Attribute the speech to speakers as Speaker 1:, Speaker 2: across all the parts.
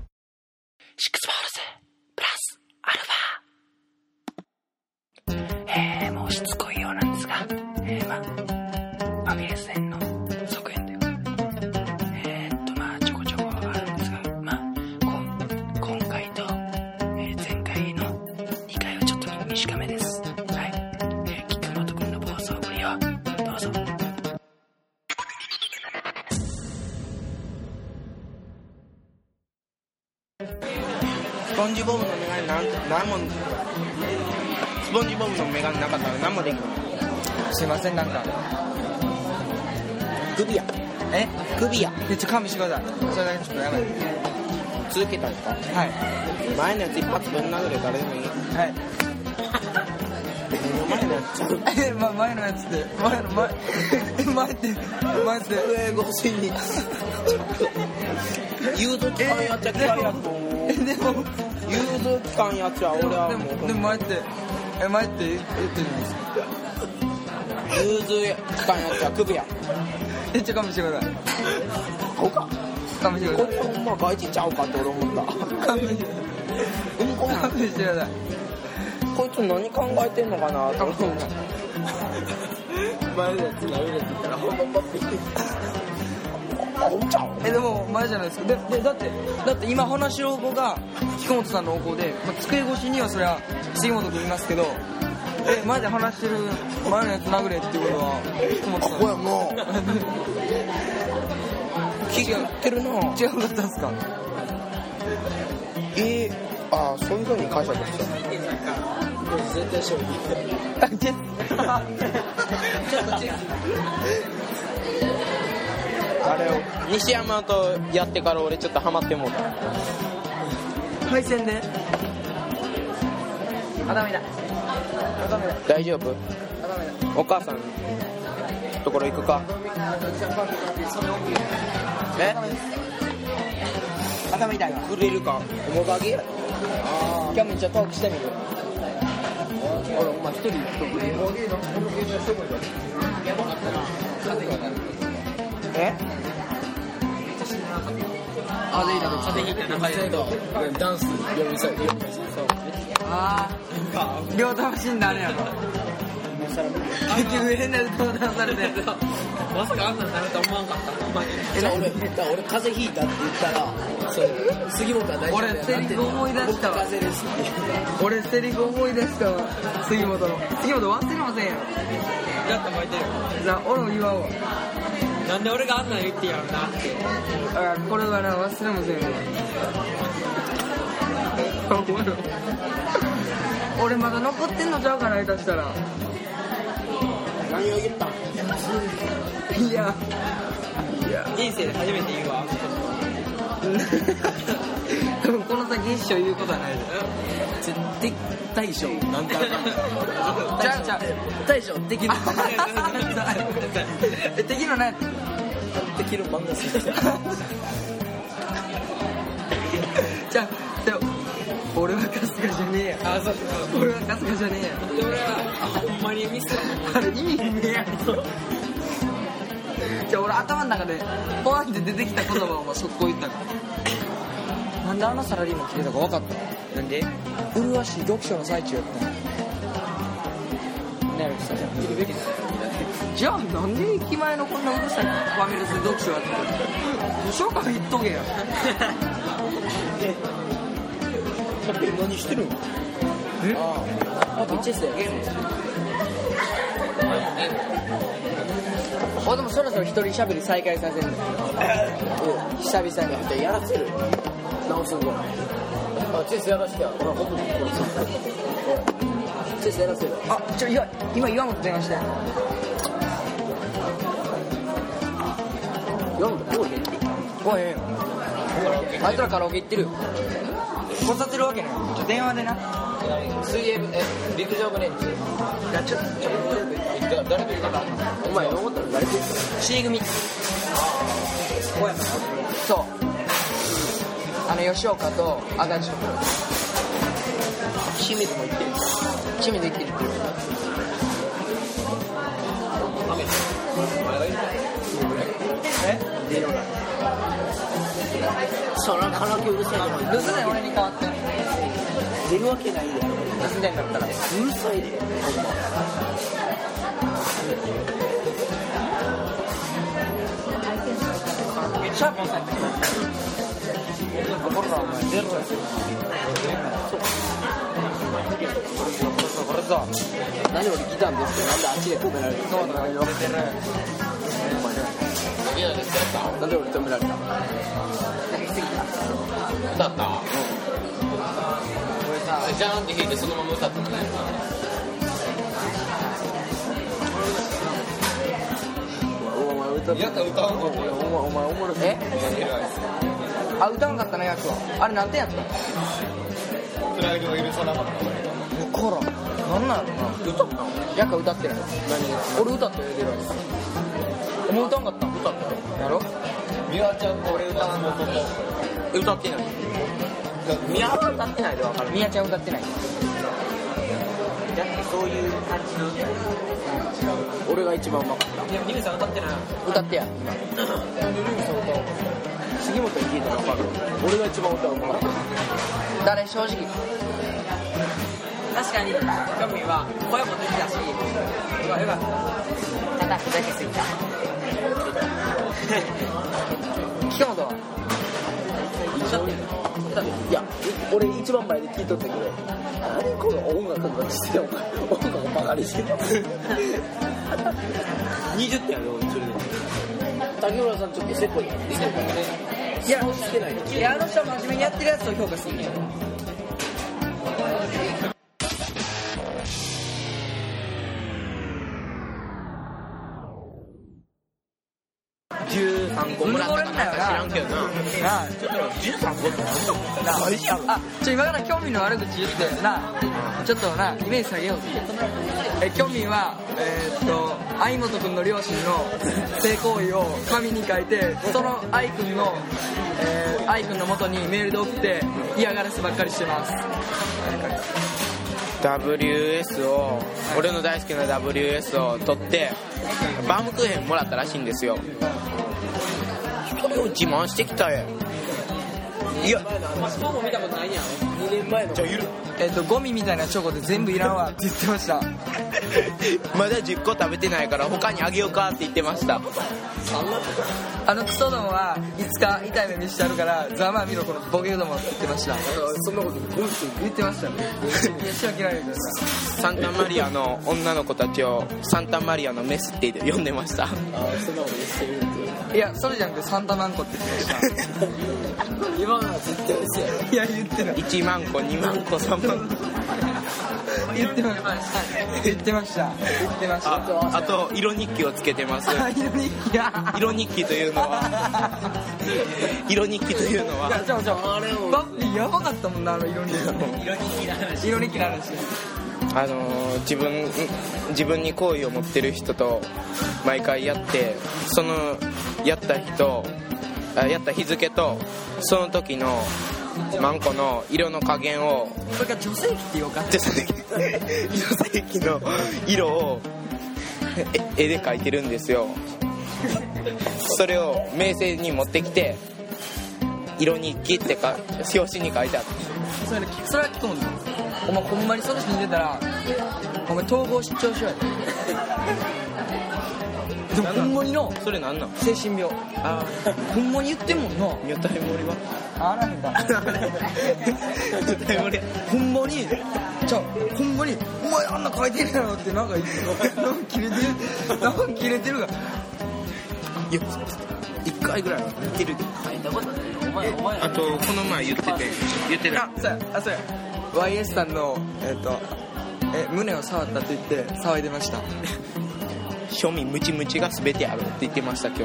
Speaker 1: シックスボールズプラスアルファえー、もうしつこいようなんですが、えー、まあ、ファミレス編の続編で、えー、っと、まあ、ちょこちょこあるんですが、まあ、こん今回と、えー前回の2回はちょっと短めです。はい。えー、菊本くんの暴走ぶりを、どうぞ。
Speaker 2: スポンジボブのメガネなんて何もスポンジボブのメガネなかったら何もできない
Speaker 3: すいませんなんか
Speaker 2: グビや
Speaker 3: え
Speaker 2: グビや
Speaker 3: めっちゃ勘弁してくださいそれだけちょっとやばい
Speaker 2: 続けたんか
Speaker 3: はい
Speaker 2: 前のやつ一発ぶん殴れ誰でもいい
Speaker 3: はい
Speaker 2: 前のやつ
Speaker 3: え、ま、前のやつで前の前 え前って前って
Speaker 2: 上越し に融通機関やっちゃ嫌いやもん
Speaker 3: えでも
Speaker 2: 融通機関やっちゃ俺は
Speaker 3: で
Speaker 2: も
Speaker 3: も
Speaker 2: う
Speaker 3: でも前ってえ前って言ってるじゃないですか
Speaker 2: 融通機関やっちゃ首や
Speaker 3: めっちゃ勘弁してください
Speaker 2: こうか
Speaker 3: 勘弁して
Speaker 2: こ
Speaker 3: くだ
Speaker 2: こほんま外地ちゃうかって俺思った
Speaker 3: さい勘弁してくだ
Speaker 2: うんこ
Speaker 3: さい勘弁してください
Speaker 2: こいつ何考えてんのかなと思 って前のやつ殴れって言ったらほんまパッて言って おっちゃう
Speaker 3: えでも前じゃないですかででだってだって今話し子が菊本さんのお子で、まあ、机越しにはそりゃ杉本君いますけどえ前で話してる前のやつ殴れっていうことは菊本さん
Speaker 2: これもう聞いてるな
Speaker 3: 違うかったんですか
Speaker 2: えー、ああそういうふうに解釈してたあれを西山とやってから俺ちょっとハマってもうた
Speaker 3: 配線であダメだあダメだ
Speaker 2: 大丈夫
Speaker 3: あダメだ
Speaker 2: お母さんところ行くかえ
Speaker 3: 頭痛いわ
Speaker 2: くれるか面影や
Speaker 3: 今日めっちゃトークしてみる
Speaker 2: 俺お前一人え
Speaker 3: 両倒しになるやろ結局変なやつ相談されて
Speaker 4: まさかあんなんなるとは思わんかったほんまに
Speaker 3: えな
Speaker 4: 俺だから俺風邪ひいたって言ったらそう杉本は大丈夫だよ
Speaker 3: 俺セリフ思い出したわ
Speaker 4: 僕風邪ですって
Speaker 3: 俺セリフ思い出したわ杉本の杉本忘れませんやろ
Speaker 4: だって巻いてる
Speaker 3: じゃあ俺も言わんわ
Speaker 4: なんで俺があんなん言ってやろうなって
Speaker 3: あこれはな忘れませんよ俺まだ残ってんのちゃうかな下手したら
Speaker 2: 何を言ったん
Speaker 3: いや
Speaker 4: 人生で初めて言うわ
Speaker 3: 多分この先一生言うことはないです
Speaker 4: 絶対大将なんて
Speaker 3: じゃあじゃあ
Speaker 4: 大将 できる
Speaker 3: えできるね
Speaker 4: できる漫画好きだ
Speaker 3: じゃあでも俺は春日じゃねえや
Speaker 4: あそう
Speaker 3: 俺は春日じゃねえや
Speaker 4: で俺は ほんまにミス
Speaker 3: あれ意味ねえやじゃあ俺頭の中でポワンって出てきた言葉をもう速攻言ったからなんであのサラリーマン来てたか分かったなんで麗しい読書の最中やった
Speaker 4: なるさいるべき
Speaker 3: じゃあなんで駅前のこんなうるさいファミレスで読書やってるの書館行っとけや
Speaker 2: 何してるん
Speaker 4: あとチェスだよゲーム
Speaker 3: あでもそろそろ一人喋り再開さ せる
Speaker 4: 久々にやらせる直すんごあチェスやらせてやほらほんまにチェスやらせる
Speaker 3: あちょいや今岩本電話して
Speaker 4: 読むとこうい
Speaker 3: おいえ
Speaker 4: あいつらカラオケ行ってるよ
Speaker 3: えこさてるわけないちょ電話でな
Speaker 4: 水泳部え陸上部ね
Speaker 3: じゃあちょっと
Speaker 4: 誰と行かなお前思ったら誰と行
Speaker 3: C 組小山そうあの吉岡と足立と清水も行ってる清水行ってるえ
Speaker 4: っていうのがそらカラオケうるさいな
Speaker 3: 留守電俺に変わって
Speaker 4: 出るわけないよ
Speaker 3: 留守電だったら
Speaker 4: うるさいでほんま
Speaker 3: めっちゃコンサート
Speaker 4: 何俺ギターですけどなんであっちで止められるそうなのよなんで俺止められた
Speaker 5: 歌ったジャーンって弾いてそのまま歌ったんじゃないの
Speaker 4: お前歌って
Speaker 5: やったら歌うの
Speaker 4: お前お前おもろい
Speaker 3: えあ歌わんかったなやつはあれ何点やった
Speaker 5: プライドが許さなかった俺
Speaker 3: 分からん何なんやろな
Speaker 4: 歌ったの
Speaker 3: やっか歌ってない
Speaker 4: 俺歌ったよ出るわけ
Speaker 3: お前歌わんかった歌やろ
Speaker 5: 美和ちゃんと俺歌うのとも
Speaker 4: 歌ってない宮原は歌ってないで分かる
Speaker 3: みやちゃん歌ってない
Speaker 4: 俺が一番うまかった
Speaker 3: 歌ってや
Speaker 4: 杉本に聞いたら分かる俺が一番歌うまかった
Speaker 3: 誰正直
Speaker 6: 確かに、ジョミンは声も出てたし、うわ、よかった。ただ、ふざけすぎた。
Speaker 3: 北本はい
Speaker 4: や、俺一番前で聞いとったけど、何この音楽がしてお前、音楽ばかりしてた。20点やで、俺、それで。竹村さん、ちょっとせっこいやん。
Speaker 3: いや
Speaker 4: してない
Speaker 3: いやあの人は真面目にやってるやつを評価するんだよ
Speaker 4: 13個
Speaker 3: もらったかなんか知らん
Speaker 4: けどな。
Speaker 3: なあ
Speaker 4: 13個って
Speaker 3: なああちょ今からキョンミンの悪口言ってなあちょっとなイメージ下げようぜえキョンミンはえーっと相本君の両親の性行為を紙に書いてその愛君の、えー、愛君の元にメールで送って嫌がらせばっかりしてます
Speaker 2: WS を俺の大好きな WS を取ってバームクーヘンもらったらしいんですよそれを自慢してきたよいや
Speaker 4: 2年前の。
Speaker 2: じゃあゆる
Speaker 3: えーっとゴミみたいなチョコで全部いらんわって言ってました
Speaker 2: まだ10個食べてないから他にあげようかって言ってました
Speaker 3: あのクソどもはいつか痛い目見してやるからざまあ見ろこのボケどもって言ってました
Speaker 4: そんなこと言って
Speaker 3: 言ってましたねいや仕分けられるからさ
Speaker 2: サンタマリアの女の子たちをサンタマリアのメスって呼んでました
Speaker 4: ああ、そんなこと言ってる
Speaker 3: いやそれじゃなくてサンタマンコって言ってまし
Speaker 4: 今のは絶対嘘やろ。
Speaker 3: たいや言ってない
Speaker 2: 1万個2万個3万個
Speaker 3: 言ってました言ってました言ってました
Speaker 2: ああと色日記をつけてます
Speaker 3: あ色にいや
Speaker 2: 色日記というのは色日記というの
Speaker 3: いや
Speaker 2: は
Speaker 3: じゃあじゃああれバッフィーやばかったもんなあの色に色に気な話
Speaker 2: あのー自分自分に好意を持ってる人と毎回やってそのやった人あやった日付とその時のマンコの色の加減を
Speaker 3: それから女性器ってよか
Speaker 2: 女性器女性器の色をえ絵で描いてるんですよそれを名声に持ってきて「色日記」ってか表紙に書いてあって
Speaker 3: それそれは聞こうんだお前ほんまにそれ死んでたらお前統合失調症やででもほんまにの
Speaker 2: それなんなん
Speaker 3: 精神病
Speaker 2: あ
Speaker 3: ほんまに言ってんもんな
Speaker 2: 女体盛りは
Speaker 3: あらへんか
Speaker 2: 女体盛り
Speaker 3: ほんまにじゃあほんまに「お前あんな書いてるやろ」ってなんか言ってなんか切れてるなんか切れてるが
Speaker 2: いや1回ぐらいは見てるあとこの前言ってて言ってた
Speaker 3: あそうやあそうや YS さんのえっ、とえ胸を触ったと言って騒いでました
Speaker 2: 庶民ムチムチが全てあるって言ってました今日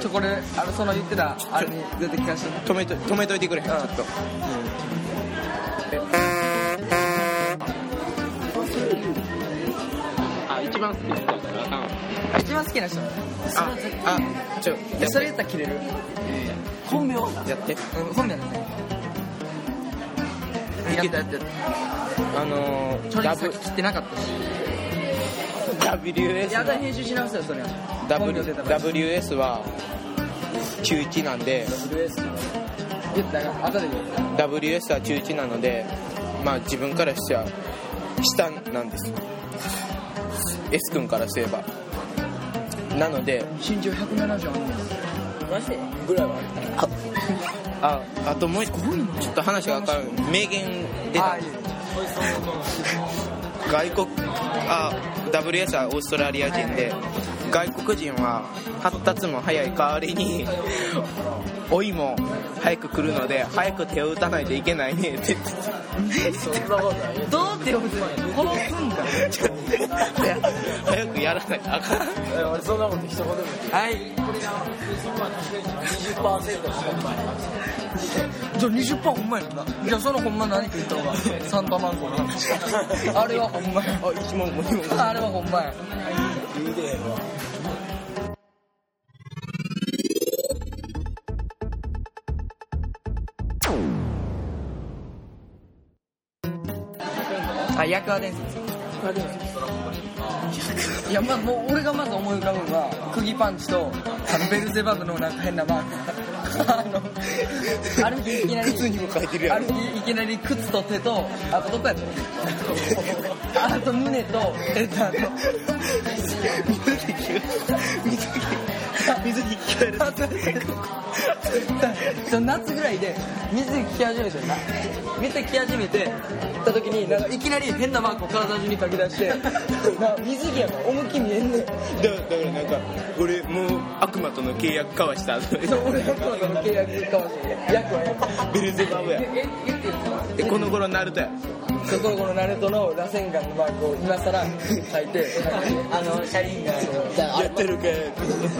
Speaker 3: ちょこれあのその言ってたあれに出て聞かせて
Speaker 2: 止めと止めといてくれへんちょっとあ一番好きな人
Speaker 3: 一番好きな人
Speaker 2: ああちょ
Speaker 3: え
Speaker 2: や
Speaker 3: それ言ったら切れる
Speaker 4: 本名は
Speaker 2: やって
Speaker 3: うん本名だねやったやったやっ
Speaker 2: あのー、
Speaker 3: たとりあ
Speaker 2: ダ
Speaker 3: えずさ
Speaker 2: ブ
Speaker 3: っき切ってなかったし
Speaker 2: WS
Speaker 3: やだ編集し直せよそれは
Speaker 2: W
Speaker 3: 出たから
Speaker 2: WS は91なんで
Speaker 3: WS 言ったら後で言う
Speaker 2: WS は中1なのでまあ自分からしちゃ下なんです S 君からすればなので
Speaker 3: 身長170あるんです
Speaker 4: マジでぐらいは
Speaker 2: ああともう一個ちょっと話が分かる名言出た
Speaker 3: あいい
Speaker 2: 外国あ WS はオーストラリア人で外国人は発達も早い代わりに老いも早く来るので早く手を打たないといけないねって言ってた
Speaker 3: どうって呼ぶ殺すんだ
Speaker 2: 早早くやらないとあかん
Speaker 4: え俺そんなこと一言も
Speaker 3: はい
Speaker 4: 20%しかうまい
Speaker 3: じゃあ20パーほんまやんなじゃあそのほんま何って言った方がサンタマンコなあれはほんまや
Speaker 2: あ一問も二問も
Speaker 3: あれはほんまやあ、役は伝説。いや、まあ、もう、俺がまず思い浮かぶのは、釘パンチと、あのベルゼバブのなんか変なマーク。あ の、歩きいきなり。
Speaker 2: 靴にも書いてるや
Speaker 3: あ
Speaker 2: ん
Speaker 3: る日いきなり靴と手とあとどこやった あと胸 とえっとあと水着着る水着着る夏ぐらいで水着着始めてんな水着着始めてた時になんかいきなり変なマークを体中に書き出してな水着やから思いっきり見えんねん
Speaker 2: だだからなんか俺もう悪魔との契約交わした
Speaker 3: そう俺がこの契約かもしれない役は役
Speaker 2: ベルゼバブやえこの頃ナルトや
Speaker 3: そこのこのナルトの螺旋丸のマークを今更書いてあの車輪が
Speaker 2: やってるけ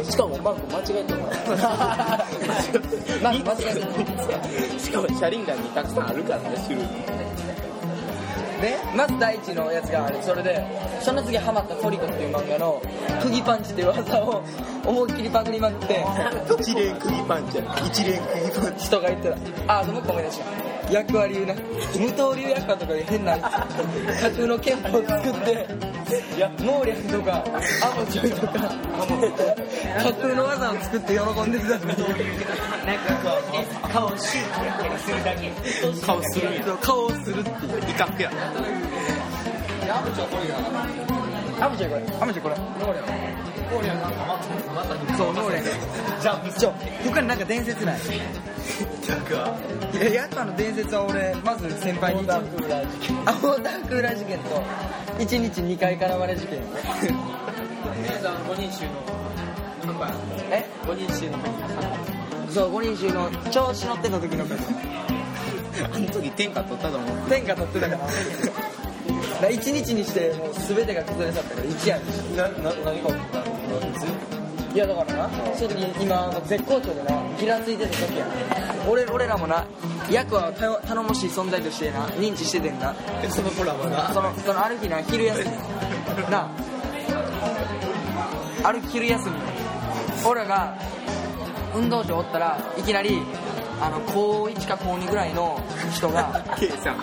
Speaker 4: しかもマンコ間違え てる
Speaker 3: まあ 間違えた
Speaker 2: しかも車輪弾にたくさんあるからね種類
Speaker 3: でまず第一のやつがあれそれでその次ハマった「トリコ」っていう漫画の釘パンチっていう技を思いっきりパクりまくって
Speaker 2: 一連釘パンチや一連釘パンチ
Speaker 3: 人が言ってたああでもう一個思い出した役割言うな無刀流薬科とかで変な架空の憲法を作って能力とかアモチョイとか架空の技を作って喜んでたのに
Speaker 2: 顔するんや
Speaker 3: 顔をするっていう
Speaker 2: 威嚇や
Speaker 3: アムちゃんこれアムちゃんこれノーレンそうノーレンじゃあちょ他になんか伝説ないいややっぱの伝説は俺まず先輩に
Speaker 4: ダンクラジ
Speaker 3: アホーダークーラー事件と1日2回絡まれ事件え5人衆のそう5人衆の調子乗ってた時のこと
Speaker 2: あの時天下取ったと思う
Speaker 3: 天下取ってたからだ1日にしてもう全てが崩れ去ったから一夜にして
Speaker 4: なな何が起こった
Speaker 3: いやだからなその時今絶好調でなギラついてた時や俺俺らもな役は頼頼もしい存在としてな認知しててんな
Speaker 2: その頃は
Speaker 3: そのそのある日な昼休みなある日昼休み俺らが運動場おったらいきなりあの高1か高2ぐらいの人が
Speaker 2: K さん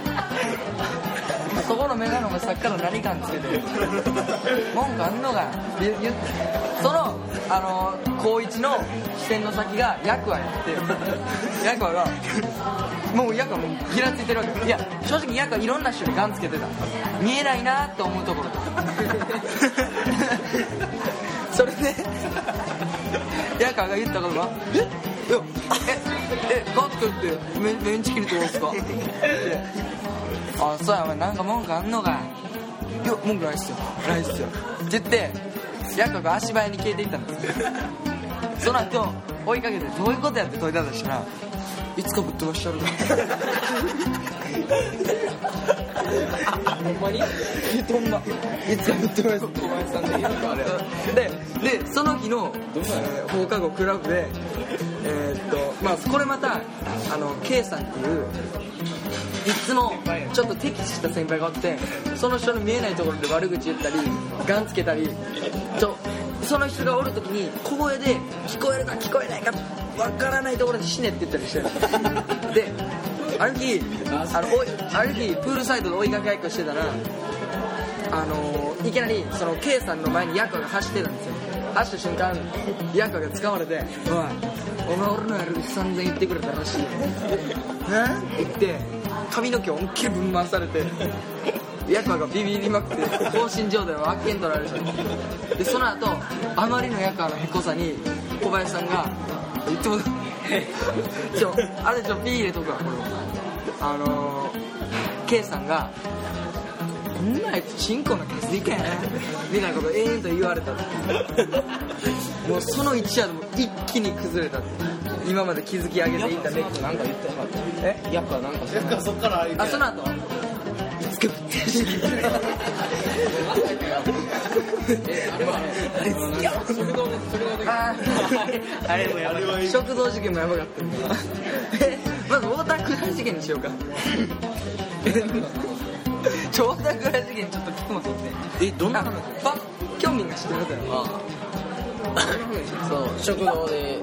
Speaker 3: そこのメガネもさっきから何かんつけてる文句あんのか言言ってそのあの高一の視線の先がヤクワや ってヤクワがもうヤクワもうギラついてるわけいや正直ヤクはいろんな人にガンつけてた見えないなって思うと ころそれでヤクワが言ったことは「えいやええガンつけるってメメンチ切りってことですか?」あそうやお前なんか文句あんのかいや文句ないっすよないっすよって言ってヤクが足早に消えていったんですその後追いかけてどういうことやって問いたとしたらいつかぶっ飛ばしちゃるからほんまにいつかぶっ飛ばし小林さんでででその日の、えー放課後クラブでえーっとまあこれまたあの K さんっていういつもちょっと敵視した先輩がおってその人の見えないところで悪口言ったりガンつけたりちょその人がおるときに小声で聞こえるか聞こえないかわからないところで死ねって言ったりしてるである日あのおいある日プールサイドで追いかけ合いっこしてたらあのーいきなりその K さんの前にヤクワが走ってたんですよ走った瞬間ヤクワが掴まれて「おいお前俺のやる気散々言ってくれたらしいよ」え言って髪の毛思いっきりぶん回されてヤクワがビビりまくって放心状態はあっけんとられるでその後あまりのヤクワのへこさに小林さんが「言ってもちょあれちょピー入れとくわこれあのー、K さんが「こんなんやつチンコの削りかやね」みたいなこと延々と言われたってもうその一夜でも一気に崩れたって今まで築き上げていたね
Speaker 2: なんか言ってなかった
Speaker 3: え
Speaker 2: やっぱなんか
Speaker 5: だからそっからあれ
Speaker 3: あその後いつかぶって走ってきたああれもやばかった食堂事件もやばかったよえまずウォータークラー事件にしようか ちょウォータークラー事件ちょっと聞くもとって
Speaker 2: えどんな
Speaker 3: あパッ興味がしてるから
Speaker 4: ああそう食堂で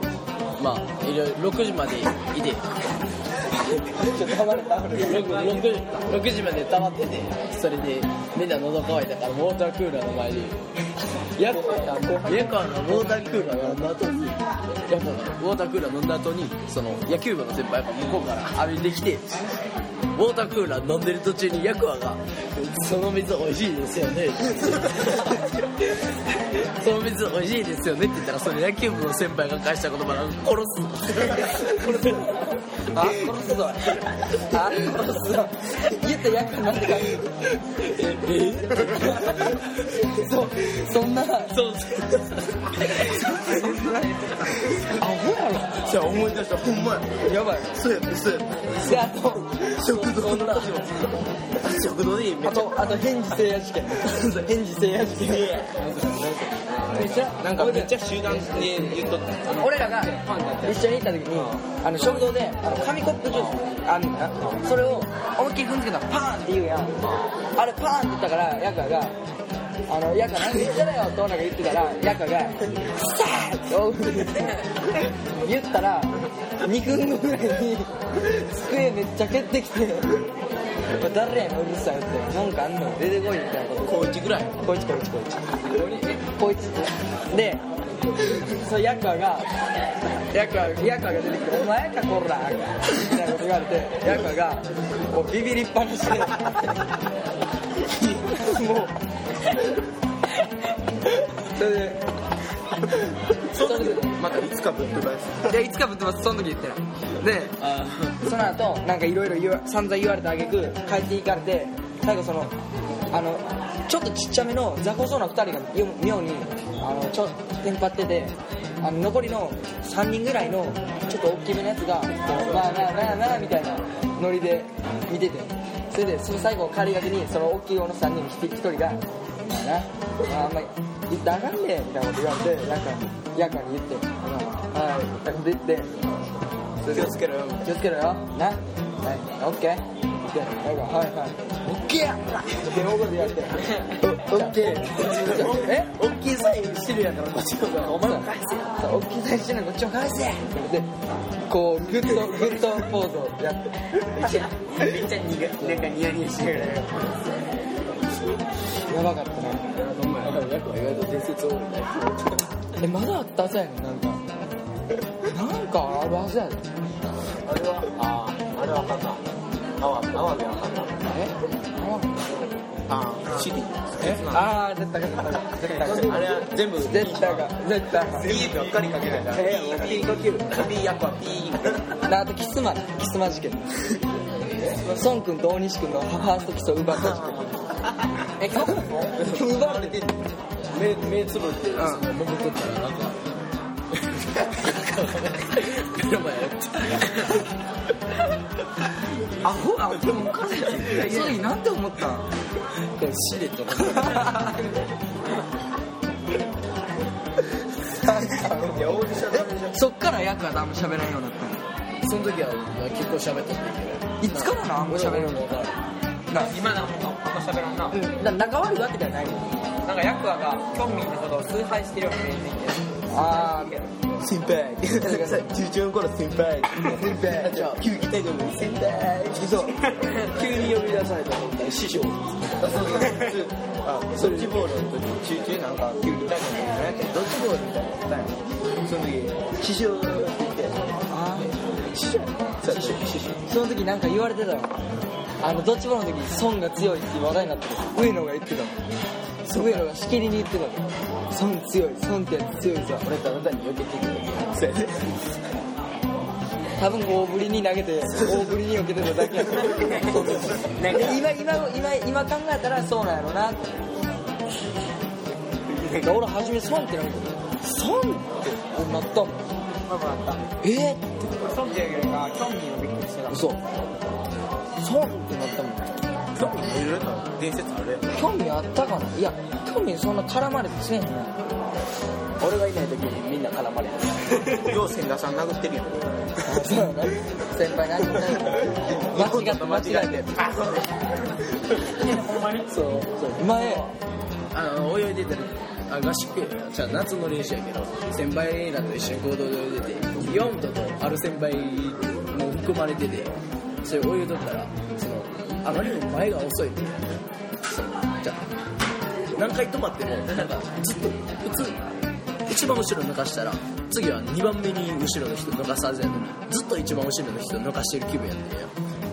Speaker 4: まあいろいろ6時までいて 6, 時6時まで溜まっててそれでみんな喉乾いたからウォータークーラーの前にヤクヤクワのウォータークーラー飲んだ後にヤクワがウォータークーラー飲んだ後にその野球部の先輩が向こうから歩いてきてウォータークーラー飲んでる途中にヤクワが「その水美味しいですよね」その水美味しいですよねって言ったらその野球部の先輩が返した言葉が殺す殺す
Speaker 3: あ殺すぞあ殺すぞ言ったやつなんかそうそんな
Speaker 4: そうそう
Speaker 5: じゃあ思い出したほんまや
Speaker 3: やばい
Speaker 5: そうやったそうやっ
Speaker 3: であと
Speaker 5: た食堂の時も食堂でいいめ
Speaker 3: あとあと返事制圧事件返事制圧事件めっちゃ
Speaker 2: なんかめっちゃ集団で言っとった
Speaker 3: 俺らが一緒に行った時にあの食堂であの紙コップジュースあんねんなそれを思いっきり踏んづけたらパーンって言うやんあれパーンって言ったからヤカがあのヤカ何言ってたよって俺らが言ってたらヤカが「くさーって大声で言ったら2分後ぐらいに机めっちゃ蹴ってきてこれ誰やねんうるさいよって文句あんの出てこいみたいなこと高一ぐらい高一高一高一こいつでそのヤクワがヤクワヤクワが出てきて「お前かこら」みたいなこと言われてヤクワがもうビビりっぱなしでもうそれで
Speaker 2: またいつかぶっ飛ばす
Speaker 3: いやいつかぶってますその時言ってないでその後なんかいろいろ言わ散々言われた挙句帰っていかれて最後そのあのちょっとちっちゃめの雑魚そうな2人がよ妙にあのちょテンパっててあの残りの3人ぐらいのちょっと大きめのやつがこうわあなあなあなあみたいなノリで見ててそれでその最後帰りがけにその大きい方の3人の1人が「まあな、まあ、あんまり言ったらあかんねみたいなこと言われてなんかやかに言って「まあはい」って言って
Speaker 2: 気をつけろよ
Speaker 3: 気をつけろよなはいオッケーってなんかはいはいオッケーやって大声で言われてオッケーえ
Speaker 4: 大きいサインしてるやからこっちの方がお前も返せよ
Speaker 3: 大きい大事なこっちを返せでこうグッとグッとポーズをやって
Speaker 6: めっちゃ苦いなんかニヤニヤしてる
Speaker 3: やばかったね
Speaker 4: だからヤクは意外と伝説多いね
Speaker 3: えまだあったはずやねんなんかなんかあるはずやで
Speaker 5: あれはあああれはあかんなあわあわであかんな
Speaker 3: え
Speaker 2: ああ知り
Speaker 3: ああ絶対絶対絶
Speaker 2: あれは全部
Speaker 3: 対絶対か絶対か
Speaker 2: 全部ばっかりかけないから
Speaker 4: ええ大きいかける
Speaker 2: ピーやっぱピー
Speaker 3: であとキスマだキスマ事件孫君と大西君のファーストキスを奪った事件え今日も奪われてんの
Speaker 4: 目目つぶって僕とったらなんか目の前やって
Speaker 3: アホアホおかしいその時なんて思ったん
Speaker 4: これシレットの
Speaker 3: え そっからヤクはあんま喋らんようになったの
Speaker 4: その時はまあ結構喋ったんだけ
Speaker 3: い
Speaker 4: ど
Speaker 3: つからなあんま喋らんようになっ
Speaker 4: からん
Speaker 3: たな
Speaker 6: 今のほんま喋らんな
Speaker 3: うんな仲悪いわけではない
Speaker 6: なんかヤクワが興味のことを崇拝してるように見えてきて
Speaker 3: ああ
Speaker 2: 先輩中中の頃先輩先輩球技大会の先輩そう
Speaker 4: 急に呼び出されたと思ったら師匠
Speaker 2: あそうそうあドッジボールの時中中なんか球技大会の何やってドッジボールみたいなのやったんやその時師匠って言って
Speaker 3: あ
Speaker 2: 師匠そう師匠師匠
Speaker 3: ーその時なんか言われてたわあのドッジボールの時孫が強いって話題になってた上野が言ってたもん上野がしきりに言ってたもん孫強い孫ってやつ強いさ
Speaker 4: 俺とあなたに避けてくれ
Speaker 2: そうやね
Speaker 3: 多分大振りに投げて大振りに避けてただけやった
Speaker 6: なんか
Speaker 3: で今今今今考えたらそうなんやろなってで俺初め損ってなめて損ってなったもんえっ
Speaker 6: ソンっていうよりかは興味をびっくりしてた
Speaker 3: 嘘損ってなったもん
Speaker 2: 興味いろいろな伝説あるやん
Speaker 3: 興味あったかないや興味そんな絡まれてせえへんやん
Speaker 4: 俺がいない時にみんな絡まれてる
Speaker 2: 陽介がさん殴ってるやん
Speaker 3: そうやな先輩何間違って間違えて
Speaker 4: そうそう
Speaker 3: 前
Speaker 4: あの泳いでたりあ合宿じゃあ夏の練習やけど先輩らと一緒に行動で泳いでてヨントとある先輩も含まれててそれ泳いとったらそのあまりにも前が遅いってそうじゃあ何回止まってもなんかずっと普通一番後ろ抜かしたら次は2番目に後ろの人抜かすはずやのにずっと一番後ろの人抜かしてる気分やったんや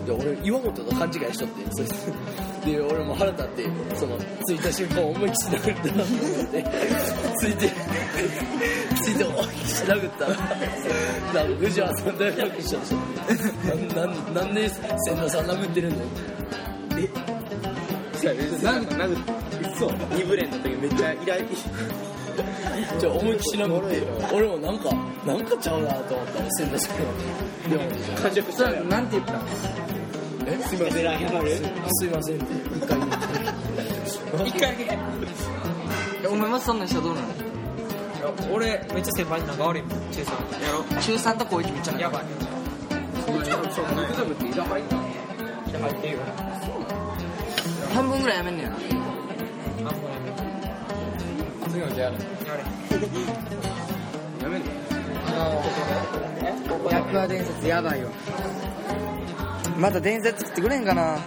Speaker 4: で俺岩本と勘違いしとってそれで俺も腹立ってその着いた瞬間思いっきり殴ったなと思って着いて着いて思いっきり殴ったらなんか藤原さん大学一緒でしょなんなんなんで千田さん殴ってるのえ
Speaker 2: 殴って殴ってそう二ブレンの時めっちゃイライ
Speaker 4: じゃあ思いっきり殴って俺もなんかなんかちゃうなと思ったもん千田さんのでも
Speaker 2: 感触したやん
Speaker 3: なんて言ったの
Speaker 4: えすいません謝るすいませんって一回言って
Speaker 3: 一回だけお前マスさんの人どうなの
Speaker 6: 俺めっちゃ先輩に仲悪いもん中3
Speaker 3: やろ中3と高1めっちゃ仲
Speaker 6: やばい
Speaker 3: 半分ぐらいやめんねやなあの白亜伝説やばいよまた伝説作ってくれんかな